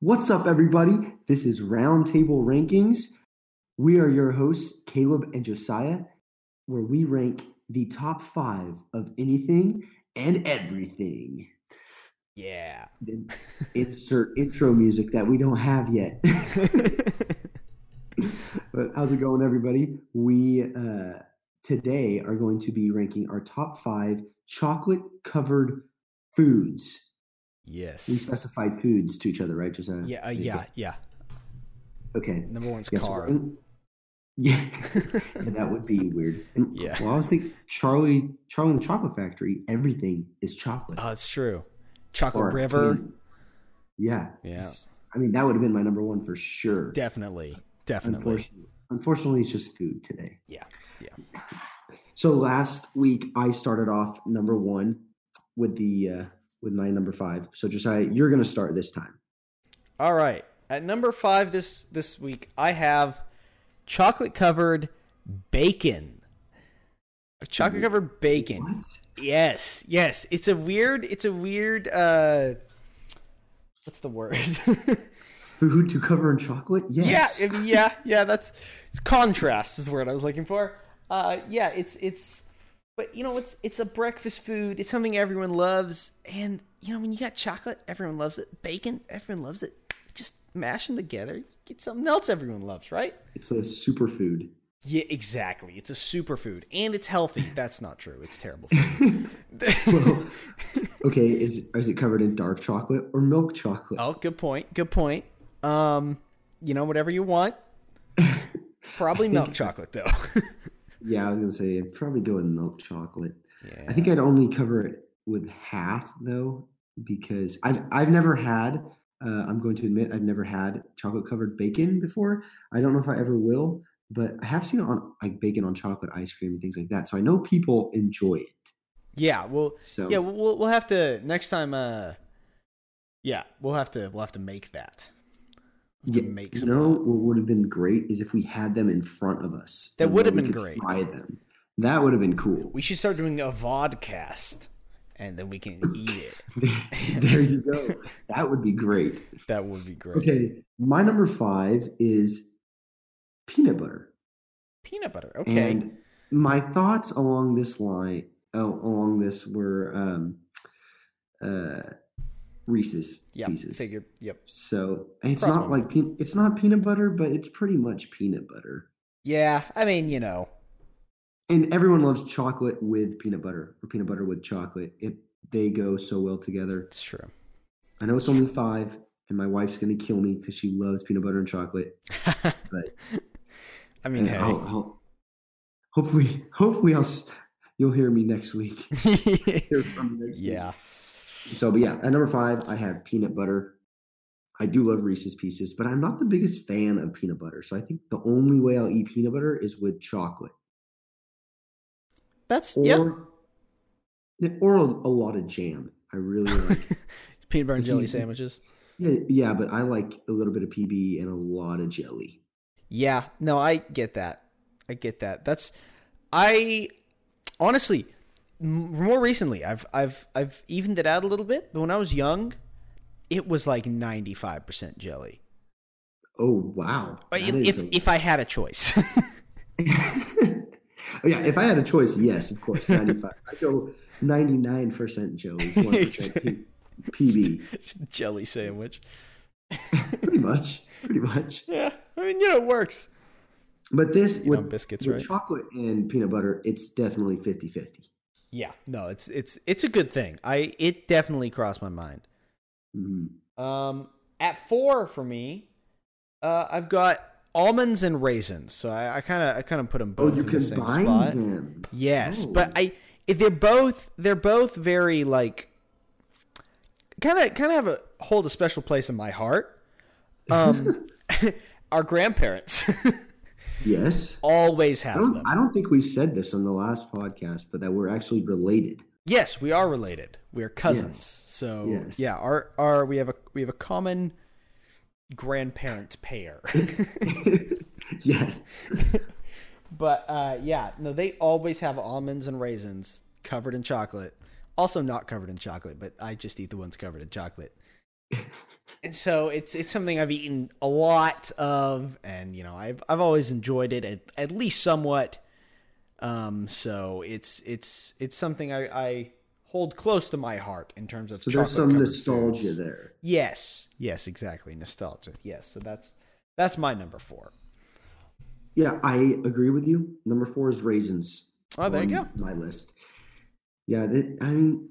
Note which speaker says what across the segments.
Speaker 1: What's up, everybody? This is Roundtable Rankings. We are your hosts, Caleb and Josiah, where we rank the top five of anything and everything.
Speaker 2: Yeah.
Speaker 1: Then insert intro music that we don't have yet. but how's it going, everybody? We uh, today are going to be ranking our top five chocolate covered foods. We
Speaker 2: yes.
Speaker 1: specified foods to each other, right, Josiah?
Speaker 2: Yeah, uh, yeah, yeah.
Speaker 1: Okay.
Speaker 2: Number one's
Speaker 1: Yes.
Speaker 2: car. Uh,
Speaker 1: Yeah, and that would be weird. And,
Speaker 2: Yeah.
Speaker 1: Well, I was thinking Charlie, Charlie and the Chocolate Factory. Everything is chocolate.
Speaker 2: oh, it's true. Chocolate
Speaker 1: Or
Speaker 2: River.
Speaker 1: candy. Yeah.
Speaker 2: Yeah,
Speaker 1: I mean, that would have been my number one for sure.
Speaker 2: definitely. Definitely.
Speaker 1: Unfortunately, unfortunately, it's just food today.
Speaker 2: Yeah, yeah.
Speaker 1: So last week I started off number one with the uh, with my number five. So Josiah, you're going to start this time.
Speaker 2: All right. At number five this this week, I have chocolate covered bacon. Chocolate covered bacon.
Speaker 1: What?
Speaker 2: Yes, yes. It's a weird. It's a weird. uh What's the word?
Speaker 1: Food to cover in chocolate? Yes.
Speaker 2: Yeah, if- yeah, yeah. That's it's contrast is the word I was looking for. Uh, yeah, it's it's, but you know, it's it's a breakfast food. It's something everyone loves, and you know, when you got chocolate, everyone loves it. Bacon, everyone loves it. Just mash them together, you get something else everyone loves, right?
Speaker 1: it's a superfood.
Speaker 2: Yeah, exactly. It's a superfood, and it's healthy. That's not true. It's terrible. For you.
Speaker 1: Well, okay, is is it covered in dark chocolate or milk chocolate?
Speaker 2: oh, good point. Good point. Um, you know, whatever you want. Probably milk chocolate though.
Speaker 1: Yeah, I was gonna say I'd probably go with milk chocolate.
Speaker 2: yeah.
Speaker 1: I think I'd only cover it with half though, because I've I've never had. Uh, I'm going to admit I've never had chocolate covered bacon before. I don't know if I ever will, but I have seen it on like bacon on chocolate ice cream and things like that. So I know people enjoy it.
Speaker 2: yeah. Well,
Speaker 1: So
Speaker 2: yeah we'll- we'll we'll have to next time uh yeah we'll have to we'll have to make that We'll have
Speaker 1: yeah,
Speaker 2: to make
Speaker 1: you
Speaker 2: some
Speaker 1: know
Speaker 2: of
Speaker 1: what would have been great is if we had them in front of us.
Speaker 2: That
Speaker 1: and
Speaker 2: would
Speaker 1: then
Speaker 2: have
Speaker 1: we
Speaker 2: been
Speaker 1: could
Speaker 2: great.
Speaker 1: Try them. That would have been cool.
Speaker 2: that. we should start doing a vodcast and then we can eat it
Speaker 1: there you go. That would be great.
Speaker 2: that would be great
Speaker 1: Okay, my number five is peanut butter.
Speaker 2: peanut butter okay
Speaker 1: And my thoughts along this line, oh, along this, were um, uh, Reese's
Speaker 2: yeah
Speaker 1: pieces.
Speaker 2: figure yep
Speaker 1: So and it's
Speaker 2: Cross
Speaker 1: not
Speaker 2: one.
Speaker 1: like pe- it's not peanut butter, but it's pretty much peanut butter.
Speaker 2: yeah i mean you know
Speaker 1: And everyone loves chocolate with peanut butter or peanut butter with chocolate. It they go so well together.
Speaker 2: it's true
Speaker 1: I know it's only five, and my wife's gonna kill me because she loves peanut butter and chocolate.
Speaker 2: i mean
Speaker 1: And
Speaker 2: hey.
Speaker 1: I'll, I'll, hopefully, hopefully, I'll s- you'll hear me next week. Hear from me next week.
Speaker 2: yeah
Speaker 1: So, but yeah, at number five, I have peanut butter. I do love Reese's Pieces, but I'm not the biggest fan of peanut butter. So I think the only way I'll eat peanut butter is with chocolate
Speaker 2: that's
Speaker 1: or
Speaker 2: yeah
Speaker 1: yeah, or a, a lot of jam. I really like.
Speaker 2: peanut butter and jelly
Speaker 1: Mhm.
Speaker 2: sandwiches
Speaker 1: yeah, yeah, but I like a little bit of PB and a lot of jelly.
Speaker 2: Yeah, no, I get that. I get that. That's I honestly m- more recently I've I've I've evened it out a little bit, but when I was young, it was like 95% jelly.
Speaker 1: Oh wow!
Speaker 2: Uh,
Speaker 1: that
Speaker 2: If
Speaker 1: is
Speaker 2: if,
Speaker 1: a-
Speaker 2: if I had a choice.
Speaker 1: Oh, yeah, if I had a choice, yes, of course, 95. I'd go 99% Joey, 1% P- PB.
Speaker 2: Just a jelly sandwich.
Speaker 1: Pretty much, pretty much.
Speaker 2: Yeah. I mean, you know, it works.
Speaker 1: But this,
Speaker 2: You
Speaker 1: with,
Speaker 2: know, biscuits,
Speaker 1: with
Speaker 2: right?
Speaker 1: chocolate and peanut butter, it's definitely 50-50.
Speaker 2: Yeah. No, it's it's it's a good thing. I it definitely crossed my mind.
Speaker 1: Mhm.
Speaker 2: Um, at four for me, uh, I've got almonds and raisins. So I kind of I kind of put them
Speaker 1: Oh,
Speaker 2: both
Speaker 1: you
Speaker 2: in the same
Speaker 1: combine
Speaker 2: spot.
Speaker 1: them.
Speaker 2: Yes,
Speaker 1: Oh.
Speaker 2: but I they're both they're both very like kind of kind of have a hold a special place in my heart. Um, our grandparents
Speaker 1: Yes.
Speaker 2: always
Speaker 1: I
Speaker 2: have
Speaker 1: don't,
Speaker 2: them.
Speaker 1: I don't think we said this on the last podcast, but that we're actually related.
Speaker 2: Yes, we are related. We are cousins.
Speaker 1: Yes.
Speaker 2: So
Speaker 1: Yes.
Speaker 2: yeah, our our we have a we have a common grandparent pair.
Speaker 1: yes.
Speaker 2: But uh, yeah, no, they always have almonds and raisins covered in chocolate. Also, not covered in chocolate, but I just eat the ones covered in chocolate. and so it's it's something I've eaten a lot of, and you know I've I've always enjoyed it at, at least somewhat. Um, so it's it's it's something I, I hold close to my heart in terms of
Speaker 1: So there's some
Speaker 2: chocolate-covered
Speaker 1: nostalgia
Speaker 2: foods.
Speaker 1: there.
Speaker 2: Yes, yes, exactly nostalgia. Yes, so that's that's my number four.
Speaker 1: Yeah, I agree with you. Number four is raisins.
Speaker 2: Oh, there you
Speaker 1: on
Speaker 2: go.
Speaker 1: My list. Yeah, that, I mean,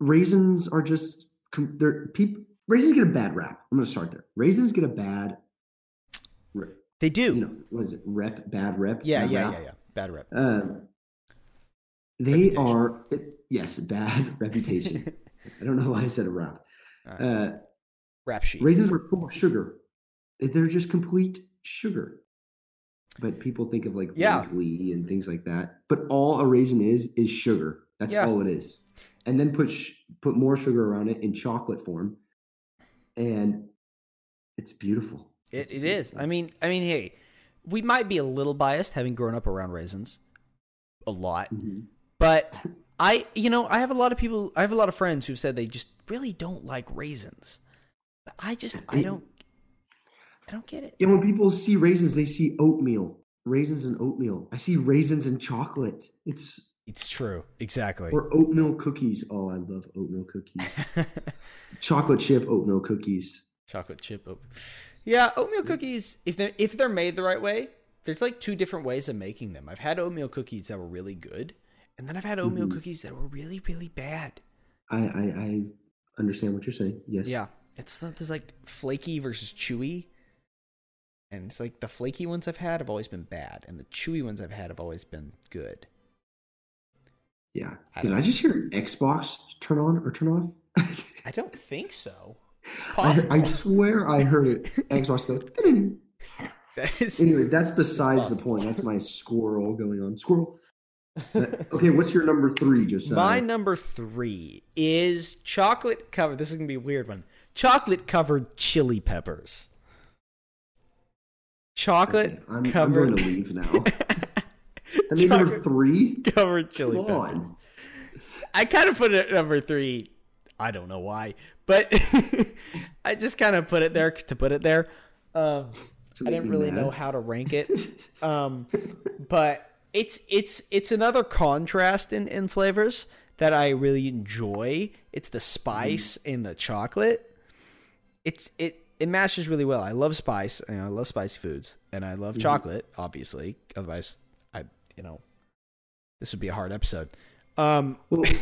Speaker 1: raisins are just com- they're people. Raisins get a bad rap. I'm going to start there. Raisins get a bad, re-
Speaker 2: They do.
Speaker 1: you know, what is it? Rep, bad rep.
Speaker 2: yeah,
Speaker 1: bad
Speaker 2: yeah,
Speaker 1: rap.
Speaker 2: yeah, yeah. Bad rep.
Speaker 1: Um, they
Speaker 2: Reputation.
Speaker 1: are yes, bad reputation. I don't know why I said a rap.
Speaker 2: Alright.
Speaker 1: Uh,
Speaker 2: Rap sheet.
Speaker 1: raisins are full of sugar. They're just complete sugar. But people think of like
Speaker 2: Yeah.
Speaker 1: Wrigley and things like that. But all a raisin is is sugar. That's
Speaker 2: Yeah.
Speaker 1: all it is. And then put sh- put more sugar around it in chocolate form, and it's beautiful.
Speaker 2: It,
Speaker 1: It's
Speaker 2: it is.
Speaker 1: beautiful.
Speaker 2: I mean, I mean, hey, we might be a little biased having grown up around raisins a lot,
Speaker 1: Mhm.
Speaker 2: but I, you know, I have a lot of people, I have a lot of friends who've said they just really don't like raisins. But I just, I
Speaker 1: It-
Speaker 2: don't, I don't get it.
Speaker 1: And when people see raisins, they see oatmeal, raisins and oatmeal. I see raisins and chocolate. It's
Speaker 2: It's true, exactly.
Speaker 1: or oatmeal cookies. Oh, I love oatmeal cookies. chocolate chip oatmeal cookies.
Speaker 2: Chocolate chip oat. Yeah, oatmeal cookies. If they're if they're made the right way, there's like two different ways of making them. I've had oatmeal cookies that were really good, and then I've had oatmeal
Speaker 1: Mhm.
Speaker 2: cookies that were really really bad.
Speaker 1: I, I I understand what you're saying. Yes.
Speaker 2: Yeah, it's not there's like flaky versus chewy, and it's like the flaky ones I've had have always been bad, and the chewy ones I've had have always been good.
Speaker 1: Yeah.
Speaker 2: I
Speaker 1: Did
Speaker 2: don't-
Speaker 1: I just hear an Xbox turn on or turn off?
Speaker 2: I don't think so.
Speaker 1: I, heard-
Speaker 2: Possible.
Speaker 1: I swear I heard it. Xbox go. "Ding."
Speaker 2: That is-
Speaker 1: Anyway, that's besides the
Speaker 2: possible.
Speaker 1: point. That's my squirrel going on. Squirrel. Okay, what's your number three? Just
Speaker 2: My number three is chocolate covered. This is gonna be a weird one. Chocolate covered chili peppers. Chocolate
Speaker 1: I'm, I'm
Speaker 2: covered.
Speaker 1: going to leave now. I mean, number
Speaker 2: Chocolate
Speaker 1: three.
Speaker 2: covered chili
Speaker 1: Come
Speaker 2: peppers.
Speaker 1: on.
Speaker 2: I kind of put it at number three. I don't know why, but I just kind of put it there to put it there. Um,
Speaker 1: To
Speaker 2: I
Speaker 1: make
Speaker 2: didn't
Speaker 1: me
Speaker 2: really
Speaker 1: mad.
Speaker 2: know how to rank it, um, but it's it's it's another contrast in in flavors that I really enjoy. It's
Speaker 1: Mm-hmm.
Speaker 2: the spice and the chocolate. It's it it mashes really well. I love spice and I love spicy foods and I love
Speaker 1: Mhm.
Speaker 2: chocolate, obviously. Otherwise, I you know this would be a hard episode. Um,
Speaker 1: Well,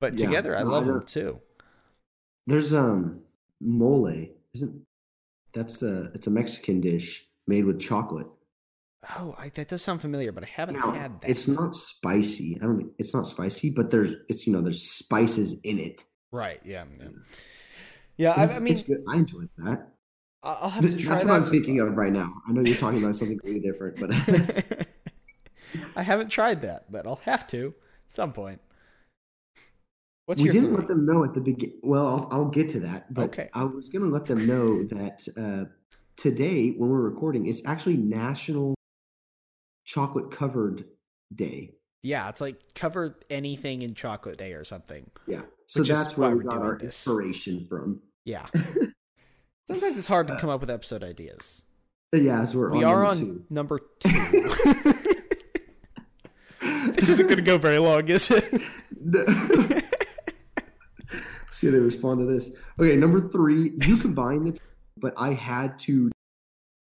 Speaker 2: but
Speaker 1: Yeah,
Speaker 2: together, I
Speaker 1: no, I
Speaker 2: love them
Speaker 1: don't-
Speaker 2: too.
Speaker 1: There's um mole, isn't that's a it's a Mexican dish made with chocolate.
Speaker 2: Oh, I, that does sound familiar, but I haven't
Speaker 1: Now,
Speaker 2: had that.
Speaker 1: it's not spicy. I don't think it's not spicy, but there's it's you know there's spices in it.
Speaker 2: right? Yeah, yeah. Yeah,
Speaker 1: It's-
Speaker 2: I, I mean,
Speaker 1: it's good. I enjoyed that.
Speaker 2: I- I'll have to
Speaker 1: Th-
Speaker 2: try
Speaker 1: That's
Speaker 2: that.
Speaker 1: what I'm thinking of right now. I know you're talking about something completely different, but
Speaker 2: I haven't tried that, but I'll have to at some point. What's
Speaker 1: we
Speaker 2: your
Speaker 1: didn't
Speaker 2: three?
Speaker 1: let them know at the beginning. Well, I'll, I'll get to that. But
Speaker 2: Okay.
Speaker 1: I was going to let them know that uh, today, when we're recording, it's actually National Chocolate Covered Day.
Speaker 2: Yeah, it's like cover anything in chocolate day or something.
Speaker 1: Yeah. So
Speaker 2: Which is
Speaker 1: that's where
Speaker 2: why
Speaker 1: we
Speaker 2: we're
Speaker 1: got
Speaker 2: doing
Speaker 1: our
Speaker 2: this.
Speaker 1: inspiration from.
Speaker 2: Yeah. Sometimes it's hard to come up with episode ideas.
Speaker 1: But yeah, as Uh, we're on
Speaker 2: We
Speaker 1: number
Speaker 2: are on
Speaker 1: two.
Speaker 2: number two. this isn't going to go very long, is it?
Speaker 1: The- See how they respond to this. Okay, number three, you combine the, two, but I had to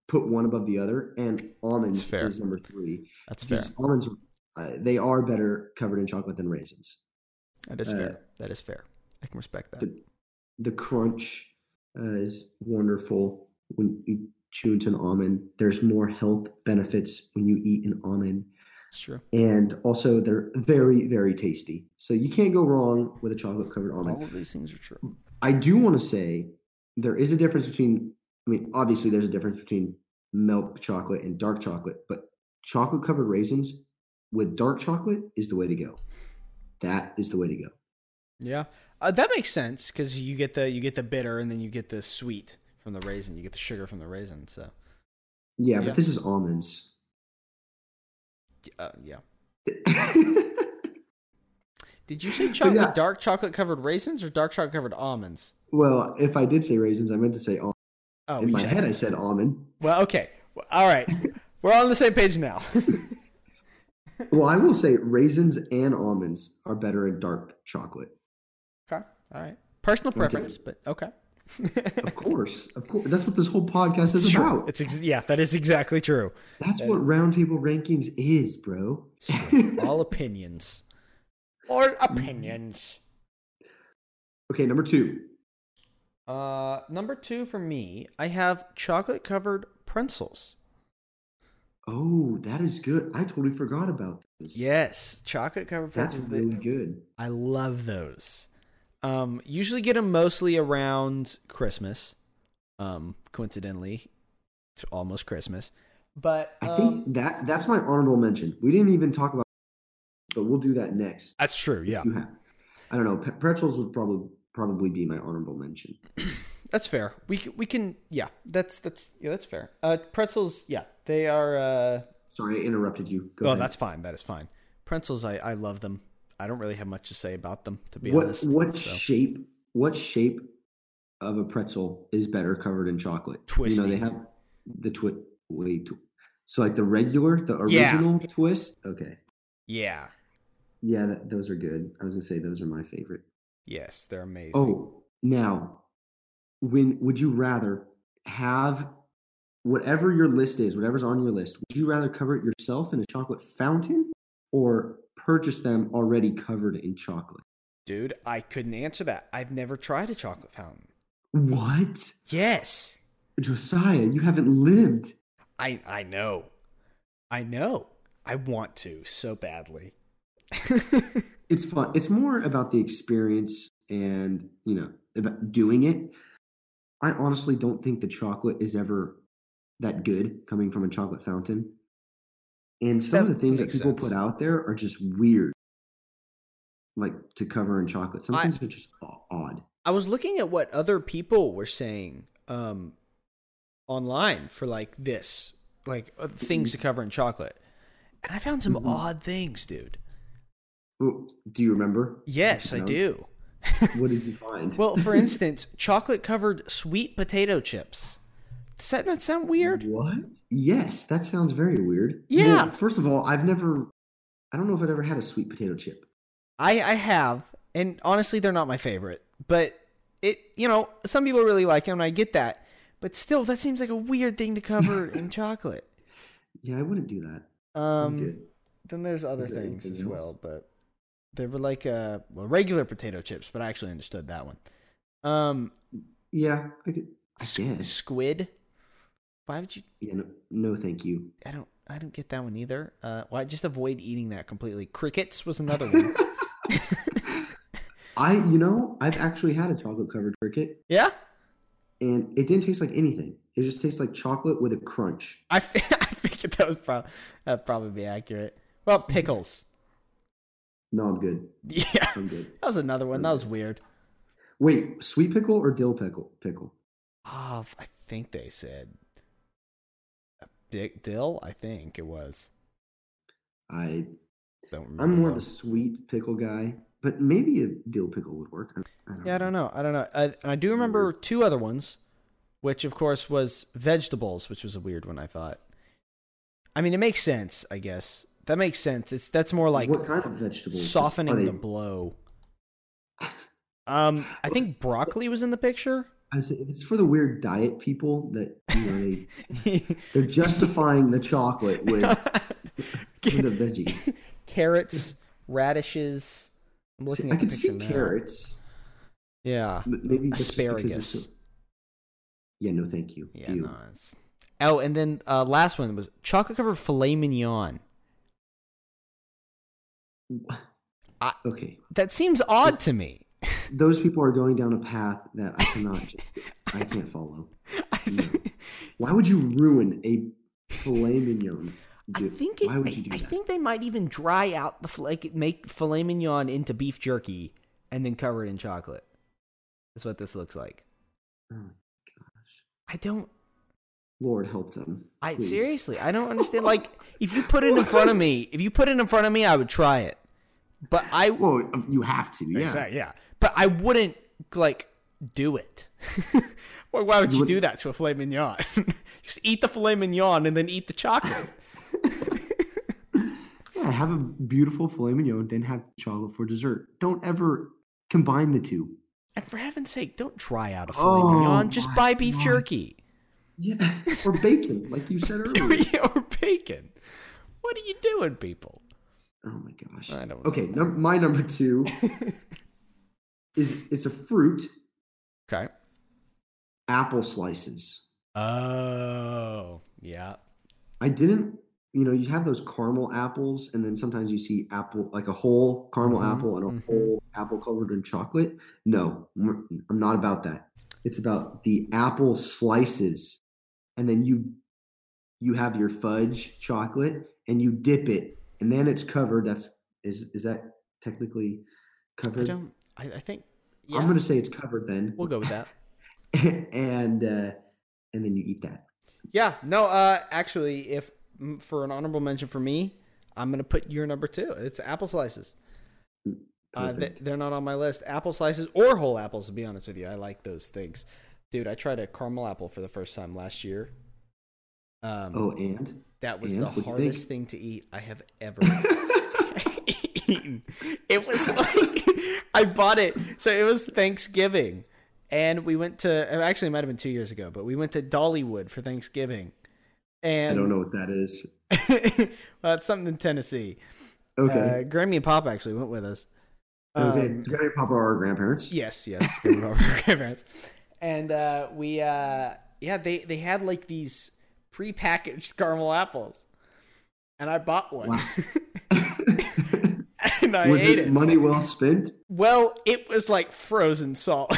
Speaker 1: put one above the other, and almonds
Speaker 2: That's fair.
Speaker 1: is number three.
Speaker 2: That's fair.
Speaker 1: Because almonds, uh, they are better covered in chocolate than raisins.
Speaker 2: That is
Speaker 1: uh,
Speaker 2: fair. That is fair. I can respect that.
Speaker 1: the- The crunch uh, is wonderful when you chew into an almond. There's more health benefits when you eat an almond,
Speaker 2: It's true.
Speaker 1: and also they're very, very tasty. So you can't go wrong with a chocolate covered almond.
Speaker 2: All of these things are true.
Speaker 1: I do want to say there is a difference between. I mean, obviously, there's a difference between milk chocolate and dark chocolate, but chocolate covered raisins with dark chocolate is the way to go. That is the way to go.
Speaker 2: Yeah, uh, that makes sense because you get the you get the bitter and then you get the sweet from the raisin. You get the sugar from the raisin. So
Speaker 1: Yeah,
Speaker 2: Yeah.
Speaker 1: but this is almonds.
Speaker 2: uh, yeah, Did you say chocolate,
Speaker 1: yeah.
Speaker 2: dark chocolate covered raisins or dark chocolate covered almonds?
Speaker 1: Well, if I did say raisins, I meant to say almond.
Speaker 2: Oh,
Speaker 1: In
Speaker 2: you
Speaker 1: my
Speaker 2: said-
Speaker 1: head, I said almond.
Speaker 2: Well, okay. Well, All right. We're all on the same page now.
Speaker 1: Well, I will say raisins and almonds are better in dark chocolate.
Speaker 2: okay. All right. Personal
Speaker 1: Don't do
Speaker 2: preference, but okay.
Speaker 1: Of course, of course. That's what this whole podcast is
Speaker 2: It's true.
Speaker 1: about.
Speaker 2: It's ex- yeah, that is exactly true.
Speaker 1: That's what roundtable rankings is, bro.
Speaker 2: It's true. all opinions. All opinions.
Speaker 1: Okay, number two.
Speaker 2: Uh, number two for me, I have chocolate covered pretzels.
Speaker 1: Oh, that is good. I totally forgot about this.
Speaker 2: Yes, chocolate covered
Speaker 1: that's
Speaker 2: pretzels. They-
Speaker 1: really good.
Speaker 2: I love those. Um, usually get them mostly around Christmas. Um, coincidentally, it's almost Christmas. But
Speaker 1: I
Speaker 2: um,
Speaker 1: think that that's my honorable mention. We didn't even talk about, but we'll do that next.
Speaker 2: that's true. Yeah,
Speaker 1: You have, I don't know. Pe- pretzels would probably probably be my honorable mention.
Speaker 2: that's fair. We c- we can yeah. That's that's yeah. That's fair. Uh, pretzels. Yeah, they are. Uh,
Speaker 1: Sorry, I interrupted you. Go
Speaker 2: oh,
Speaker 1: ahead.
Speaker 2: that's fine. That is fine. Pretzels. I I love them. I don't really have much to say about them to be
Speaker 1: what
Speaker 2: honest.
Speaker 1: what
Speaker 2: so.
Speaker 1: shape what shape of a pretzel is better covered in chocolate? You know
Speaker 2: Twisty.
Speaker 1: they have the twist. Wait, tw- so like the regular, the
Speaker 2: Yeah.
Speaker 1: original twist. Okay,
Speaker 2: Yeah.
Speaker 1: yeah, that, those are good. I was gonna say those are my favorite.
Speaker 2: Yes, they're amazing.
Speaker 1: Oh, now, when would you rather have whatever your list is, whatever's on your list, would you rather cover it yourself in a chocolate fountain or purchase them already covered in chocolate?
Speaker 2: dude, I couldn't answer that. I've never tried a chocolate fountain.
Speaker 1: What?
Speaker 2: Yes.
Speaker 1: Josiah, you haven't lived.
Speaker 2: I I know. I know. I want to so badly.
Speaker 1: It's fun. It's more about the experience and, you know, about doing it. I honestly don't think the chocolate is ever that good coming from a chocolate fountain. And some
Speaker 2: That
Speaker 1: of the things that
Speaker 2: makes
Speaker 1: people
Speaker 2: sense.
Speaker 1: put out there are just weird. Like to cover in chocolate. Some
Speaker 2: I-
Speaker 1: things are just o- odd.
Speaker 2: I was looking at what other people were saying um online for like this, like uh, things to cover in chocolate. And I found some
Speaker 1: Mhm.
Speaker 2: odd things, dude.
Speaker 1: Oh, Do you remember?
Speaker 2: Yes, I
Speaker 1: No?
Speaker 2: do.
Speaker 1: What did you find?
Speaker 2: Well, for instance, chocolate covered sweet potato chips. Does that not sound weird?
Speaker 1: What? Yes, that sounds very weird. Well,
Speaker 2: Yeah.
Speaker 1: first of all, I've never, I don't know if I've ever had a sweet potato chip.
Speaker 2: I I have, and honestly, they're not my favorite. But it, you know, some people really like them, and I get that. But still, that seems like a weird thing to cover in chocolate.
Speaker 1: Yeah, I wouldn't do that. I'm
Speaker 2: Um,
Speaker 1: good.
Speaker 2: then there's other
Speaker 1: Is there
Speaker 2: things as
Speaker 1: anything
Speaker 2: well,
Speaker 1: else?
Speaker 2: but they were like uh, well, regular potato chips, but I actually understood that one. Um,
Speaker 1: Yeah, I could. I
Speaker 2: s-
Speaker 1: guess.
Speaker 2: squid. Why would you?
Speaker 1: Yeah, no, no, thank you.
Speaker 2: I don't. I don't get that one either. Uh, why just avoid eating that completely? Crickets was another one.
Speaker 1: I, you know, I've actually had a chocolate covered cricket,
Speaker 2: yeah,
Speaker 1: and it didn't taste like anything. It just tastes like chocolate with a crunch.
Speaker 2: I fi- I figured that was probably that'd probably be accurate. Well, pickles.
Speaker 1: No, I'm good.
Speaker 2: Yeah, that
Speaker 1: I'm good.
Speaker 2: was another one. That was weird.
Speaker 1: Wait, sweet pickle or dill pickle? Pickle.
Speaker 2: Oh, I think they said uh, Dick Dill. I think it was.
Speaker 1: I,
Speaker 2: Don't remember.
Speaker 1: I'm more of
Speaker 2: though.
Speaker 1: a sweet pickle guy, but maybe a dill pickle would work. I, I don't
Speaker 2: Yeah, I
Speaker 1: know.
Speaker 2: don't know. I don't know. I, and I do remember two other ones, which of course was vegetables, which was a weird one. I thought. I mean, it makes sense. I guess that makes sense. It's that's more like
Speaker 1: what kind of vegetables? Just- are
Speaker 2: softening
Speaker 1: they-
Speaker 2: the blow. Um, I think broccoli was in the picture.
Speaker 1: I say it's for the weird diet people that you know they they're justifying the chocolate with, with the veggies.
Speaker 2: carrots, radishes. I'm looking
Speaker 1: See,
Speaker 2: at
Speaker 1: I
Speaker 2: the
Speaker 1: could see
Speaker 2: picture now.
Speaker 1: carrots,
Speaker 2: Yeah.
Speaker 1: but maybe that's just because it's
Speaker 2: Asparagus.
Speaker 1: so- yeah, no, thank you.
Speaker 2: Yeah,
Speaker 1: Ew.
Speaker 2: no, it's- Oh, and then uh, last one was chocolate covered filet mignon. I-
Speaker 1: Okay,
Speaker 2: That seems odd to me.
Speaker 1: those people are going down a path that I cannot, ju- I can't follow.
Speaker 2: I think
Speaker 1: Why would you ruin a filet mignon?
Speaker 2: I
Speaker 1: Dude,
Speaker 2: think it,
Speaker 1: why would you do
Speaker 2: I, I
Speaker 1: that?
Speaker 2: think they might even dry out the fil- like make filet mignon into beef jerky and then cover it in chocolate. That's what this looks like.
Speaker 1: Oh my gosh,
Speaker 2: I don't.
Speaker 1: Lord help them.
Speaker 2: I
Speaker 1: please.
Speaker 2: seriously, I don't understand. Like, if you put it in front of me, if you put it in front of me, I would try it. But I
Speaker 1: Well, um, you have to. Yeah.
Speaker 2: exactly yeah. But I wouldn't like do it. why, why would you, do that to a filet mignon? Just eat the filet mignon and then eat the chocolate.
Speaker 1: Yeah, have a beautiful filet mignon, then have chocolate for dessert. Don't ever combine the two.
Speaker 2: and for heaven's sake, don't try out a filet
Speaker 1: Oh,
Speaker 2: mignon. Just
Speaker 1: my
Speaker 2: buy beef jerky
Speaker 1: Yeah. Or bacon, like you said earlier.
Speaker 2: or bacon. What are you doing, people?
Speaker 1: Oh my gosh.
Speaker 2: I don't know.
Speaker 1: Okay, num- my number two is it's a fruit,
Speaker 2: Okay.
Speaker 1: apple slices.
Speaker 2: Oh, yeah.
Speaker 1: I didn't, you know, you have those caramel apples, and then sometimes you see apple, like a whole caramel
Speaker 2: Mhm,
Speaker 1: apple and a
Speaker 2: mhm.
Speaker 1: whole apple covered in chocolate. No, I'm I'm not about that. It's about the apple slices, and then you you have your fudge chocolate, and you dip it, and then it's covered. That's is is that technically
Speaker 2: I
Speaker 1: covered?
Speaker 2: don't. I, I think. Yeah.
Speaker 1: I'm gonna say it's covered then,
Speaker 2: We'll go with that.
Speaker 1: and uh, and then you eat that.
Speaker 2: Yeah. No. Uh. Actually, if m- for an honorable mention for me, I'm gonna put your number two. It's apple slices. Uh, they,
Speaker 1: Perfect.
Speaker 2: they're not on my list. Apple slices or whole apples. To be honest with you, I like those things. Dude, I tried a caramel apple for the first time last year. Um,
Speaker 1: oh, and
Speaker 2: that was
Speaker 1: and
Speaker 2: the
Speaker 1: what'd you think?
Speaker 2: hardest thing to eat I have ever eaten. It was like I bought it. So it was Thanksgiving. And we went to actually it might have been two years ago, but we went to Dollywood for Thanksgiving. And
Speaker 1: I don't know what that is.
Speaker 2: well, it's something in Tennessee.
Speaker 1: Okay.
Speaker 2: Uh, Grammy and Pop actually went with us.
Speaker 1: Okay,
Speaker 2: Um,
Speaker 1: Gary Papa are our grandparents.
Speaker 2: Yes, yes, Grammy and Pop were our grandparents. And uh, we, uh, yeah, they they had like these prepackaged caramel apples, and I bought one,
Speaker 1: Wow.
Speaker 2: and I
Speaker 1: was
Speaker 2: ate
Speaker 1: it,
Speaker 2: it.
Speaker 1: money well spent?
Speaker 2: Well, it was like frozen solid.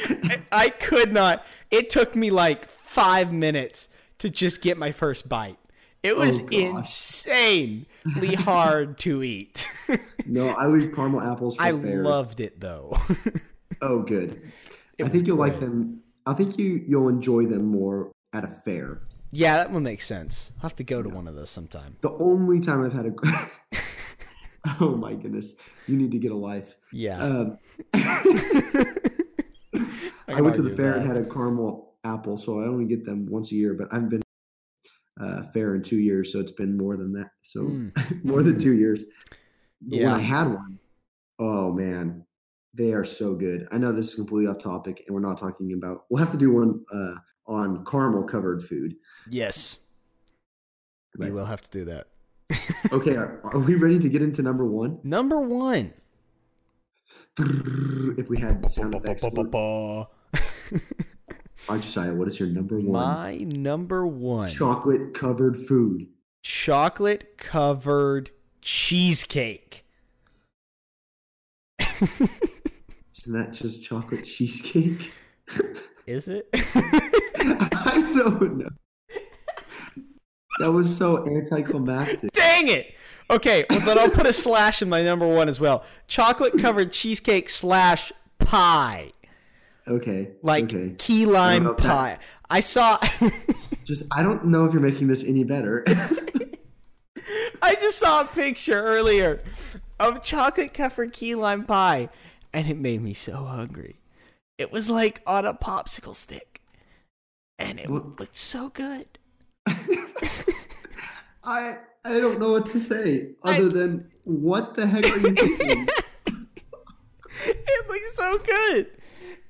Speaker 2: I- I could not. It took me like five minutes to just get my first bite. It was
Speaker 1: Oh, gosh.
Speaker 2: insanely hard to eat.
Speaker 1: No, I leave caramel apples for
Speaker 2: I
Speaker 1: fair.
Speaker 2: loved it though.
Speaker 1: oh, good. I
Speaker 2: was
Speaker 1: think you'll like
Speaker 2: great.
Speaker 1: them. I think you you'll enjoy them more at a fair.
Speaker 2: yeah, that one makes sense. I'll have to go to one of those sometime.
Speaker 1: The only time I've had a. oh my goodness! You need to get a life.
Speaker 2: Yeah.
Speaker 1: Um, I,
Speaker 2: can
Speaker 1: went to
Speaker 2: argue
Speaker 1: the fair and
Speaker 2: that.
Speaker 1: had a caramel apple, so I only get them once a year. But I've been uh, fair in two years, so it's been more than that.
Speaker 2: Hmm.
Speaker 1: So more than two years. But
Speaker 2: Yeah.
Speaker 1: When I had one, oh man, they are so good. I know this is completely off topic, and we're not talking about. We'll have to do one uh, on caramel covered food.
Speaker 2: Yes. We
Speaker 1: Right.
Speaker 2: will have to do that.
Speaker 1: Okay, are, are we ready to get into number one?
Speaker 2: Number one.
Speaker 1: If we had sound effects, for- Uh, Josiah, what is your number one?
Speaker 2: My number one.
Speaker 1: Chocolate covered food.
Speaker 2: chocolate covered cheesecake.
Speaker 1: Isn't that just chocolate cheesecake?
Speaker 2: Is it?
Speaker 1: I don't know. That was so anticlimactic.
Speaker 2: Dang it! Okay, well then I'll put a slash in my number one as well. Chocolate covered cheesecake slash pie,
Speaker 1: Okay.
Speaker 2: like
Speaker 1: okay.
Speaker 2: key lime
Speaker 1: know about that.
Speaker 2: pie. I saw.
Speaker 1: Just I don't know if you're making this any better.
Speaker 2: I just saw a picture earlier of chocolate covered key lime pie, and it made me so hungry. It was like on a popsicle stick, and it
Speaker 1: What-
Speaker 2: looked so good.
Speaker 1: I I don't know what to say
Speaker 2: I-
Speaker 1: other than what the heck are you thinking?
Speaker 2: It looks so good.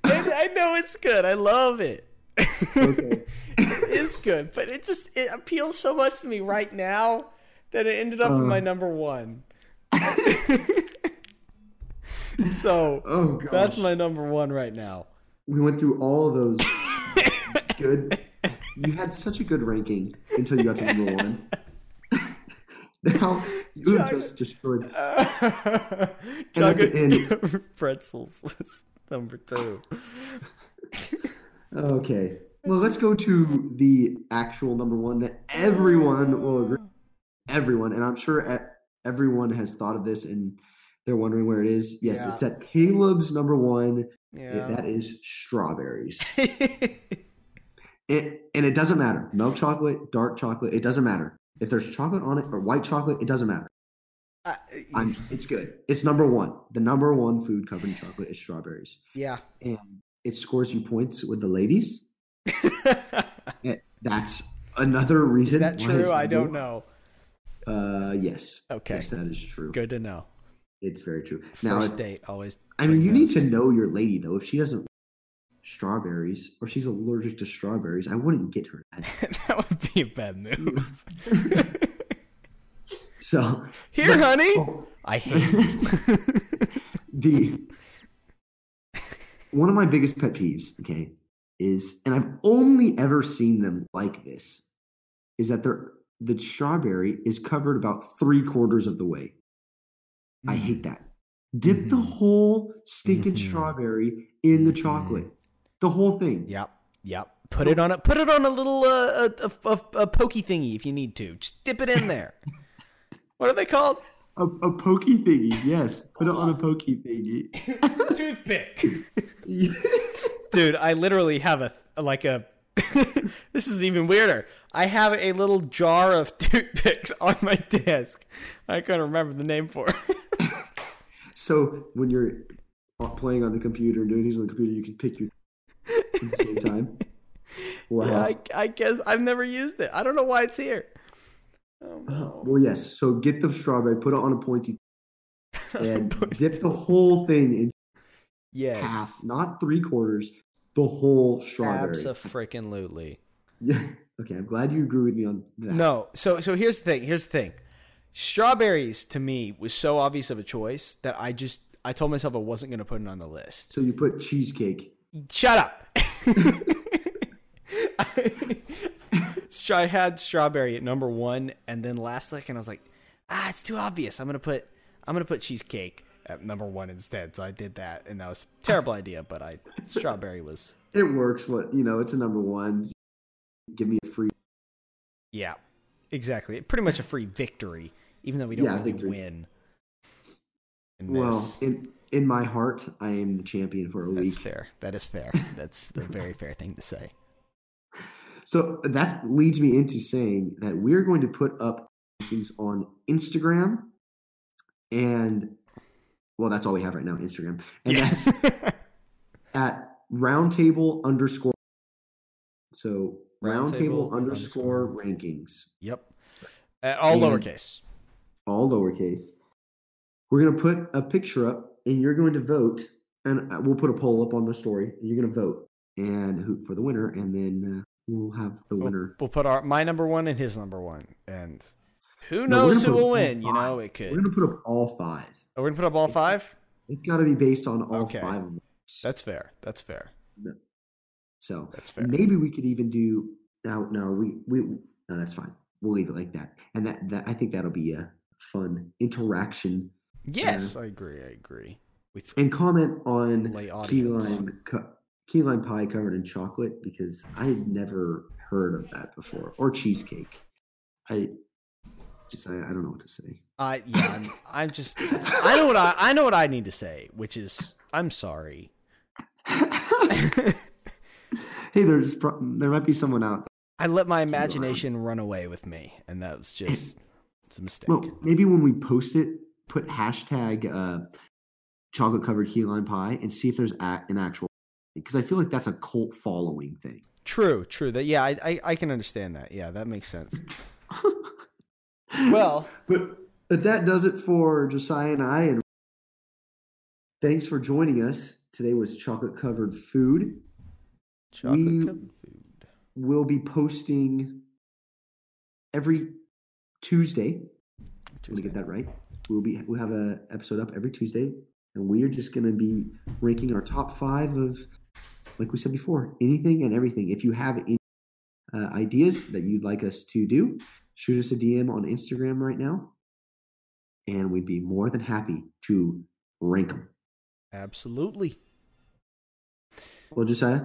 Speaker 2: And I know it's good. I love it.
Speaker 1: Okay.
Speaker 2: it is good, but it just it appeals so much to me right now that it ended up in
Speaker 1: Uh.
Speaker 2: my number one. so
Speaker 1: Oh gosh.
Speaker 2: that's my number one right now.
Speaker 1: we went through all of those good you had such a good ranking until you got to number one. now you have
Speaker 2: Chocolate-
Speaker 1: just destroyed
Speaker 2: Chocolate
Speaker 1: end-
Speaker 2: pretzels was number two.
Speaker 1: Okay. Well, let's go to the actual number one that everyone will agree. Everyone, and I'm sure e- everyone has thought of this and they're wondering where it is. Yes,
Speaker 2: Yeah.
Speaker 1: it's at Caleb's number one.
Speaker 2: Yeah.
Speaker 1: That is strawberries. It, and it doesn't matter. Milk chocolate, dark chocolate, it doesn't matter. If there's chocolate on it or white chocolate, it doesn't matter.
Speaker 2: Uh,
Speaker 1: I'm, it's good. It's number one. The number one food covered in chocolate is strawberries.
Speaker 2: yeah.
Speaker 1: And it scores you points with the ladies. Yeah, That's another
Speaker 2: Is
Speaker 1: reason.
Speaker 2: that
Speaker 1: why it's
Speaker 2: true? I don't
Speaker 1: number-
Speaker 2: know.
Speaker 1: Uh, yes.
Speaker 2: Okay.
Speaker 1: Yes, that is true.
Speaker 2: Good to know.
Speaker 1: It's very true. Now,
Speaker 2: First
Speaker 1: if-
Speaker 2: date always.
Speaker 1: I mean,
Speaker 2: bring
Speaker 1: you need
Speaker 2: those.
Speaker 1: to know your lady though. If she doesn't like strawberries or she's allergic to strawberries, I wouldn't get her that.
Speaker 2: that would be a bad move.
Speaker 1: So
Speaker 2: Here, honey.
Speaker 1: oh,
Speaker 2: I hate. You.
Speaker 1: the one of my biggest pet peeves, okay, is and I've only ever seen them like this, is that they're the strawberry is covered about three quarters of the way. I hate
Speaker 2: Mm-hmm.
Speaker 1: that. Dip the
Speaker 2: Mhm.
Speaker 1: whole stinking
Speaker 2: Mhm.
Speaker 1: strawberry in the
Speaker 2: Mhm.
Speaker 1: chocolate. The whole thing.
Speaker 2: Yep. Yep. Put it on a put it on a little uh, a, a, a, a pokey thingy if you need to. Just dip it in there. what are they called?
Speaker 1: A, a pokey thingy, yes. Put it on a pokey thingy.
Speaker 2: Toothpick. Dude, I literally have a like a. this is even weirder. I have a little jar of toothpicks on my desk. I couldn't remember the name for. it.
Speaker 1: so when you're playing on the computer and doing things on the computer, you can pick your at the same time. Wow.
Speaker 2: yeah, I, I guess I've never used it. I don't know why it's here. Oh, no.
Speaker 1: Well, yes. So get the strawberry, put it on a pointy, and dip the whole thing in
Speaker 2: Yes.
Speaker 1: half, not three quarters, the whole strawberry.
Speaker 2: freaking lutely.
Speaker 1: Yeah. Okay, I'm glad you agree with me on that.
Speaker 2: No. So so here's the thing. Here's the thing. Strawberries to me was so obvious of a choice that I just I told myself I wasn't going to put it on the list.
Speaker 1: So you put cheesecake.
Speaker 2: Shut up. I, I had strawberry at number one, and then last like, and I was like, ah, it's too obvious. I'm gonna put I'm gonna put cheesecake at number one instead. So I did that, and that was a terrible idea. But I strawberry was
Speaker 1: It works. What you know, it's a number one. Give me a free.
Speaker 2: yeah, exactly. Pretty much a free victory, even though we don't
Speaker 1: Yeah, I
Speaker 2: really
Speaker 1: think so.
Speaker 2: win. in
Speaker 1: Well,
Speaker 2: this.
Speaker 1: in in my heart, I am the champion for a
Speaker 2: That's
Speaker 1: week.
Speaker 2: fair. That is fair. That's the very fair thing to say.
Speaker 1: So that leads me into saying that we're going to put up things on Instagram, and well, that's all we have right now, Instagram, and that's at roundtable underscore. So
Speaker 2: Roundtable
Speaker 1: roundtable underscore rankings,
Speaker 2: yep. Uh, all
Speaker 1: And-
Speaker 2: lowercase.
Speaker 1: all lowercase. We're going to put a picture up, and you're going to vote, and uh, we'll put a poll up on the story, and you're going to vote and who for the winner, and then uh, we'll have the winner.
Speaker 2: We'll put our my number one and his number one, and who
Speaker 1: No, we're
Speaker 2: knows
Speaker 1: gonna
Speaker 2: who
Speaker 1: put
Speaker 2: will
Speaker 1: all
Speaker 2: win? You
Speaker 1: five.
Speaker 2: know, it could.
Speaker 1: We're gonna put up all five.
Speaker 2: Oh, we're gonna put up all five.
Speaker 1: It's got to be based on all
Speaker 2: Okay.
Speaker 1: five. Of them.
Speaker 2: That's fair. That's fair.
Speaker 1: So
Speaker 2: That's fair.
Speaker 1: maybe we could even do. No, no, we we no, that's fine. We'll leave it like that. And that, that I think that'll be a fun interaction.
Speaker 2: Yes, I agree. I agree. With
Speaker 1: And comment on
Speaker 2: lay
Speaker 1: key
Speaker 2: audience.
Speaker 1: lime co- key lime pie covered in chocolate because I had never heard of that before or cheesecake. I just I, I don't know what to say.
Speaker 2: I yeah, I'm, I'm just. I know what I I know what I need to say, which is I'm sorry.
Speaker 1: hey, there's pro- there might be someone out
Speaker 2: I let my imagination run away with me, and that was just it's a mistake.
Speaker 1: Well, maybe when we post it, put hashtag uh, chocolate covered key lime pie and see if there's a- an actual because I feel like that's a cult following thing.
Speaker 2: True, true. That yeah, I, I I can understand that. Yeah, that makes sense. Well,
Speaker 1: but but that does it for Josiah and I. And thanks for joining us today. Was chocolate covered food.
Speaker 2: chocolate
Speaker 1: We-
Speaker 2: covered food.
Speaker 1: We'll be posting every Tuesday. Let me
Speaker 2: Tuesday.
Speaker 1: get that right. We'll be we'll have a episode up every Tuesday, and we are just gonna be ranking our top five of, like we said before, anything and everything. If you have any uh, ideas that you'd like us to do, shoot us a DM on Instagram right now, and we'd be more than happy to rank them.
Speaker 2: Absolutely.
Speaker 1: Well, Josiah,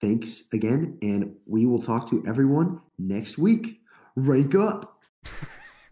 Speaker 1: thanks again, and we will talk to everyone next week. Rank up.